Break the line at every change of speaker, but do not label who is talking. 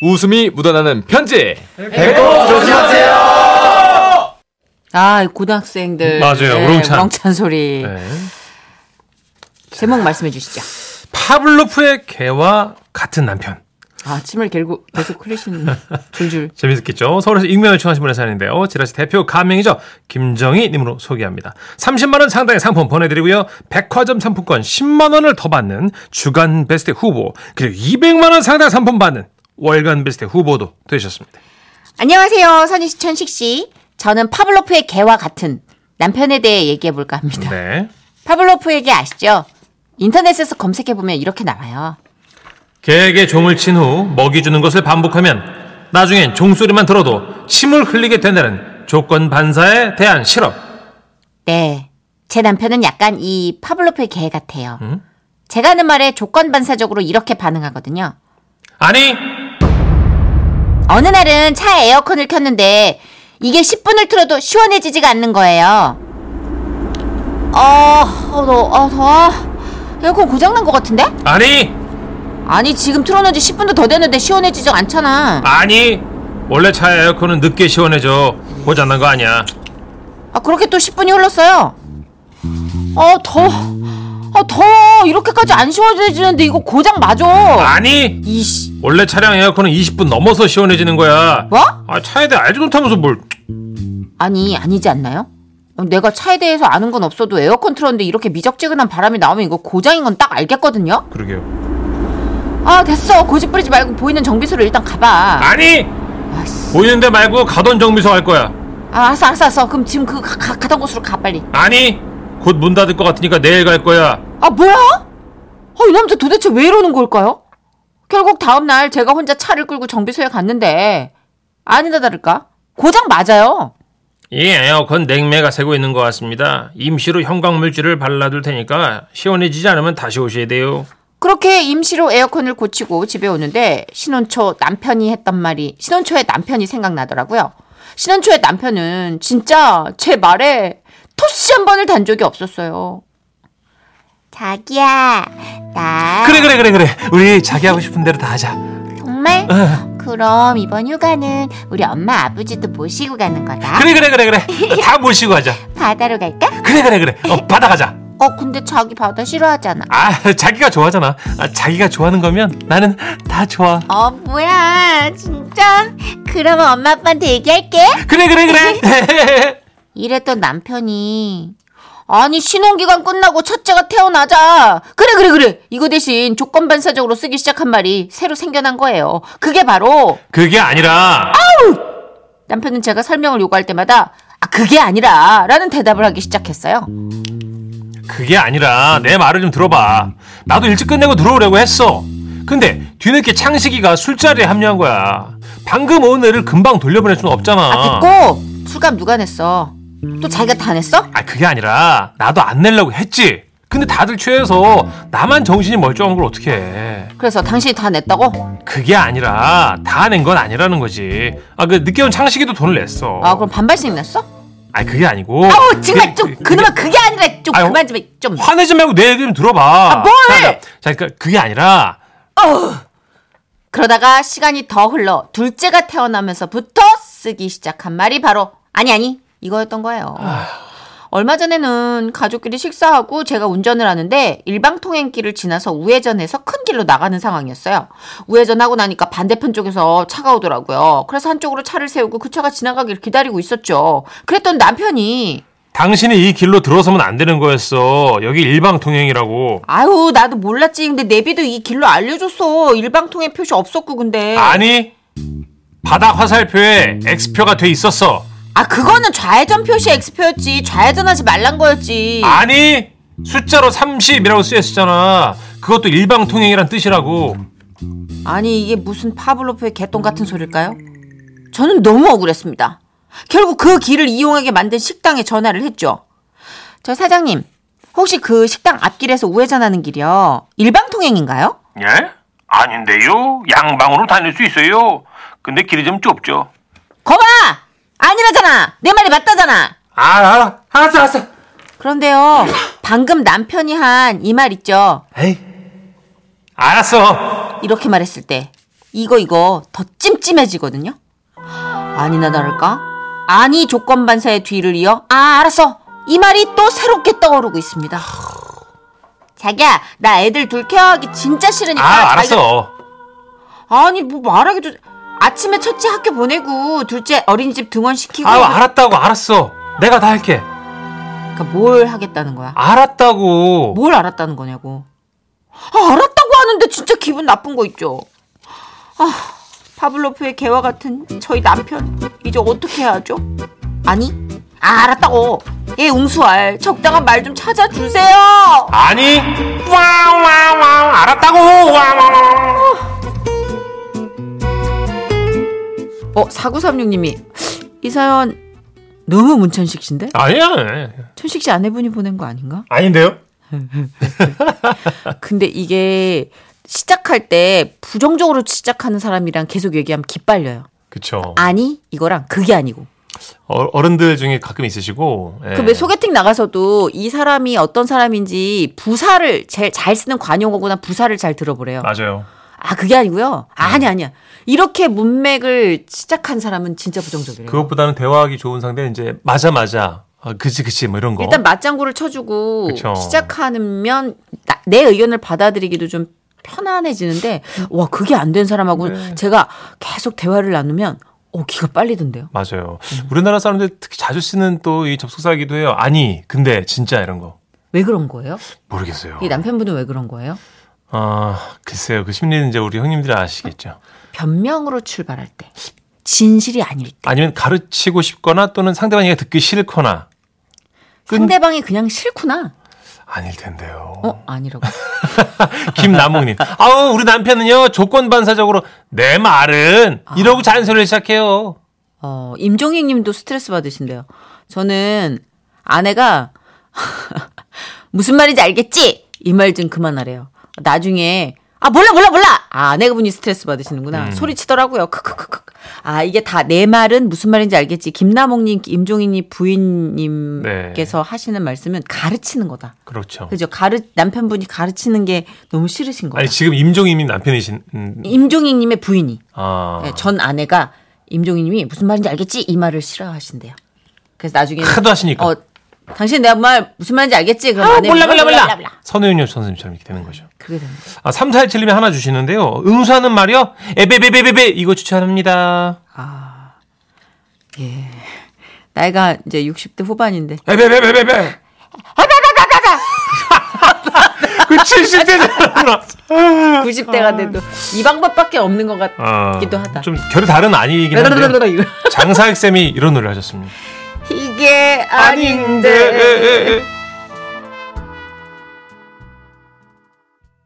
웃음이 묻어나는 편지.
아, 고등학생들. 네,
맞아요. 우렁찬.
우렁찬 소리.
네.
제목 말씀해 주시죠.
파블로프의 개와 같은 남편.
아, 침을 길고 계속 흘리시는 줄줄.
재밌겠죠? 서울에서 익명 요청하신 분의 사연인데요. 지라시 대표 가명이죠. 김정희님으로 소개합니다. 30만원 상당의 상품 보내드리고요. 백화점 상품권 10만원을 더 받는 주간 베스트 후보, 그리고 200만원 상당의 상품 받는 월간 베스트 후보도 되셨습니다.
안녕하세요. 선희 씨, 천식 씨. 저는 파블로프의 개와 같은 남편에 대해 얘기해 볼까 합니다.
네.
파블로프에게 아시죠? 인터넷에서 검색해 보면 이렇게 나와요.
개에게 종을 친 후 먹이 주는 것을 반복하면 나중엔 종소리만 들어도 침을 흘리게 된다는 조건 반사에 대한 실험.
네. 제 남편은 약간 이 파블로프의 개 같아요.
음?
제가 하는 말에 조건 반사적으로 이렇게 반응하거든요.
아니,
어느 날은 차 에어컨을 켰는데 이게 10분을 틀어도 시원해지지가 않는 거예요. 아, 어, 너, 아, 더워. 에어컨 고장난 것 같은데?
아니,
아니, 지금 틀어놓은 지 10분도 더 됐는데 시원해지지 않잖아.
아니. 원래 차 에어컨은 늦게 시원해져. 고장난 거 아니야.
아, 그렇게 또 10분이 흘렀어요. 아, 더워. 아, 더워. 이렇게까지 안 시원해지는데 이거 고장 맞아.
아니,
이씨.
원래 차량 에어컨은 20분 넘어서 시원해지는 거야.
뭐?
아, 차에 대해 알지 못하면서 뭘.
아니, 아니지 않나요? 어, 내가 차에 대해서 아는 건 없어도 에어컨 틀었는데 이렇게 미적지근한 바람이 나오면 이거 고장인 건 딱 알겠거든요?
그러게요.
아 됐어 고집 부리지 말고 보이는 정비소로 일단 가봐
아니! 보이는데 말고 가던 정비소 갈 거야.
아 알았어 알았어 알았어 그럼 지금 그 가, 가, 가던 곳으로 가 빨리
아니! 곧 문 닫을 것 같으니까 내일 갈 거야.
아 뭐야? 아이 남자 도대체 왜 이러는 걸까요? 결국 다음날 제가 혼자 차를 끌고 정비소에 갔는데 아니다 다를까 고장 맞아요
이 에어컨 냉매가 새고 있는 것 같습니다. 임시로 형광물질을 발라둘 테니까 시원해지지 않으면 다시 오셔야 돼요.
그렇게 임시로 에어컨을 고치고 집에 오는데 신혼초 남편이 했던 말이 신혼초에 남편이 생각나더라고요. 신혼초에 남편은 진짜 제 말에 토시 한 번을 단 적이 없었어요. 자기야, 나
그래 그래 그래. 우리 자기 하고 싶은 대로 다 하자.
정말?
어.
그럼 이번 휴가는 우리 엄마 아버지도 모시고 가는 거다.
그래 그래 그래. 다 모시고 하자.
바다로 갈까?
그래 그래 그래. 어, 바다 가자.
어, 근데 자기 바다 싫어하잖아.
아 자기가 좋아하잖아. 아, 자기가 좋아하는 거면 나는 다 좋아.
어, 뭐야, 진짜? 그러면 엄마 아빠한테 얘기할게.
그래 그래 그래.
이랬던 남편이 아니 신혼기간 끝나고 첫째가 태어나자 그래 그래 그래 이거 대신 조건 반사적으로 쓰기 시작한 말이 새로 생겨난 거예요 그게 바로
그게 아니라
남편은 제가 설명을 요구할 때마다 아 그게 아니라 라는 대답을 하기 시작했어요
그게 아니라 내 말을 좀 들어봐. 나도 일찍 끝내고 들어오려고 했어. 근데 뒤늦게 창식이가 술자리에 합류한 거야. 방금 온 애를 금방 돌려보낼 수는 없잖아.
아 됐고 술값 누가 냈어 또 자기가 다 냈어?
아, 그게 아니라 나도 안 내려고 했지. 근데 다들 취해서 나만 정신이 멀쩡한 걸 어떻게 해?
그래서 당신이 다 냈다고?
그게 아니라 다 낸 건 아니라는 거지. 아, 그 늦게 온 창식이도 돈을 냈어.
아 그럼 반반씩 냈어?
아, 그게 아니고.
아우 정말 좀
그-
그놈아 그게 아니라 좀
아유.
그만 좀좀
화내지 말고 내 얘기 좀 들어봐.
아, 뭘!
자, 자, 그러니까 그게 아니라
그러다가 시간이 더 흘러 둘째가 태어나면서부터 쓰기 시작한 말이 바로 아니 아니 이거였던 거예요.
아.
얼마 전에는 가족끼리 식사하고 제가 운전을 하는데 일방 통행길을 지나서 우회전해서 큰 길로 나가는 상황이었어요. 우회전하고 나니까 반대편 쪽에서 차가 오더라고요. 그래서 한쪽으로 차를 세우고 그 차가 지나가길 기다리고 있었죠. 그랬던 남편이
당신이 이 길로 들어서면 안 되는 거였어. 여기 일방 통행이라고.
아유 나도 몰랐지. 근데 내비도 이 길로 알려줬어. 일방 통행 표시 없었고 근데
아니 바닥 화살표에 X표가 돼 있었어.
아 그거는 좌회전 표시 X표였지 좌회전하지 말란 거였지
아니 숫자로 30이라고 쓰였잖아. 그것도 일방 통행이란 뜻이라고.
아니 이게 무슨 파블로프의 개똥 같은 소릴까요? 저는 너무 억울했습니다 결국 그 길을 이용하게 만든 식당에 전화를 했죠 저 사장님 혹시 그 식당 앞길에서 우회전하는 길이요 일방통행인가요?
예? 아닌데요. 양방으로 다닐 수 있어요. 근데 길이 좀 좁죠.
거봐 아니라잖아 내 말이 맞다잖아
아, 알아. 알았어, 알았어.
그런데요 방금 남편이 한 이 말 있죠
에이. 아, 알았어.
이렇게 말했을 때 이거 이거 더 찜찜해지거든요. 아니나 다를까? 아니 조건 반사의 뒤를 이어 아 알았어 이 말이 또 새롭게 떠오르고 있습니다. 자기야 나 애들 둘 케어하기 진짜 싫으니까
아,
자기가-
알았어.
아니 뭐 말하기도 아침에 첫째 학교 보내고 둘째 어린이집 등원시키고
아, 알았다고, 알았어. 내가 다 할게.
그러니까 뭘 하겠다는 거야?
알았다고.
뭘 알았다는 거냐고. 아, 알았다고 하는데 진짜 기분 나쁜 거 있죠. 아, 파블로프의 개와 같은 저희 남편 이제 어떻게 해야 하죠? 아니, 아, 알았다고. 예, 웅수알 적당한 말 좀 찾아주세요.
아니. 와우, 와우, 와우. 알았다고. 와우, 와우. 와우.
어, 4936님이 이 사연 너무 문천식 씨인데?
아니야.
천식 씨 아내분이 보낸 거 아닌가?
아닌데요?
근데 이게 시작할 때 부정적으로 시작하는 사람이랑 계속 얘기하면 기빨려요.
그쵸.
아니, 이거랑 그게 아니고.
어, 어른들 중에 가끔 있으시고. 예.
그 왜 소개팅 나가서도 이 사람이 어떤 사람인지 부사를 제일 잘 쓰는 관용어구나 부사를 잘 들어보래요.
맞아요. 음.
아 그게 아니고요. 아, 아니 아니야. 이렇게 문맥을 시작한 사람은 진짜 부정적이래요.
그것보다는 대화하기 좋은 상대 이제 맞아 맞아 아, 그치 그치 뭐 이런 거
일단 맞장구를 쳐주고
그쵸.
시작하면 나- 내 의견을 받아들이기도 좀 편안해지는데 와 그게 안 된 사람하고
네.
제가 계속 대화를 나누면 어 기가 빨리던데요.
맞아요. 우리나라 사람들 특히 자주 쓰는 또 이 접속사이기도 해요. 아니 근데 진짜 이런 거
왜 그런 거예요?
모르겠어요.
이 남편분은 왜 그런 거예요?
아 글쎄요 그 심리는 이제 우리 형님들이 아시겠죠.
변명으로 출발할 때 진실이 아닐 때.
아니면 가르치고 싶거나 또는 상대방 얘기가 듣기 싫거나 끈-
상대방이 그냥 싫구나.
아닐 텐데요.
어, 아니라고.
김남욱님 아우 우리 남편은요 조건 반사적으로 내 말은 이러고 잔소리를 시작해요.
어, 임종익 님도 스트레스 받으신대요. 저는 아내가 무슨 말인지 알겠지? 이 말 좀 그만하래요. 나중에 아, 몰라, 몰라, 몰라! 아, 아내분이 스트레스 받으시는구나.
음.
소리치더라고요. 크크크크. 아, 이게 다 내 말은 무슨 말인지 알겠지. 김남옥님, 임종익님 부인님께서
네.
하시는 말씀은 가르치는 거다.
그렇죠.
그죠? 가르, 남편분이 가르치는 게 너무 싫으신 거다.
아니 지금 임종임님 남편이신 음,
임종익님의 부인이.
아
네, 전 아내가 임종희님이 무슨 말인지 알겠지 이 말을 싫어하신대요. 그래서 나중에
하도 하시니까.
어 당신 내 말 무슨 말인지 알겠지? 그럼
네,
아내
선우윤 선생님처럼 이렇게 되는 거죠.
그게 됩니다.
아, 3417님이 하나 주시는데요. 응수하는 말이요? 에베베베베베 이거 추천합니다.
나이가 이제 60대 후반인데
에베베베베베. 그 70대잖아. 아.
90대가 돼도 이 방법밖에 없는 것 같기도 하다.
좀 결이 다른 아니긴 한데
이거.
장사익 쌤이 이런 노래를 하셨습니다.
이게
아닌데.
아닌데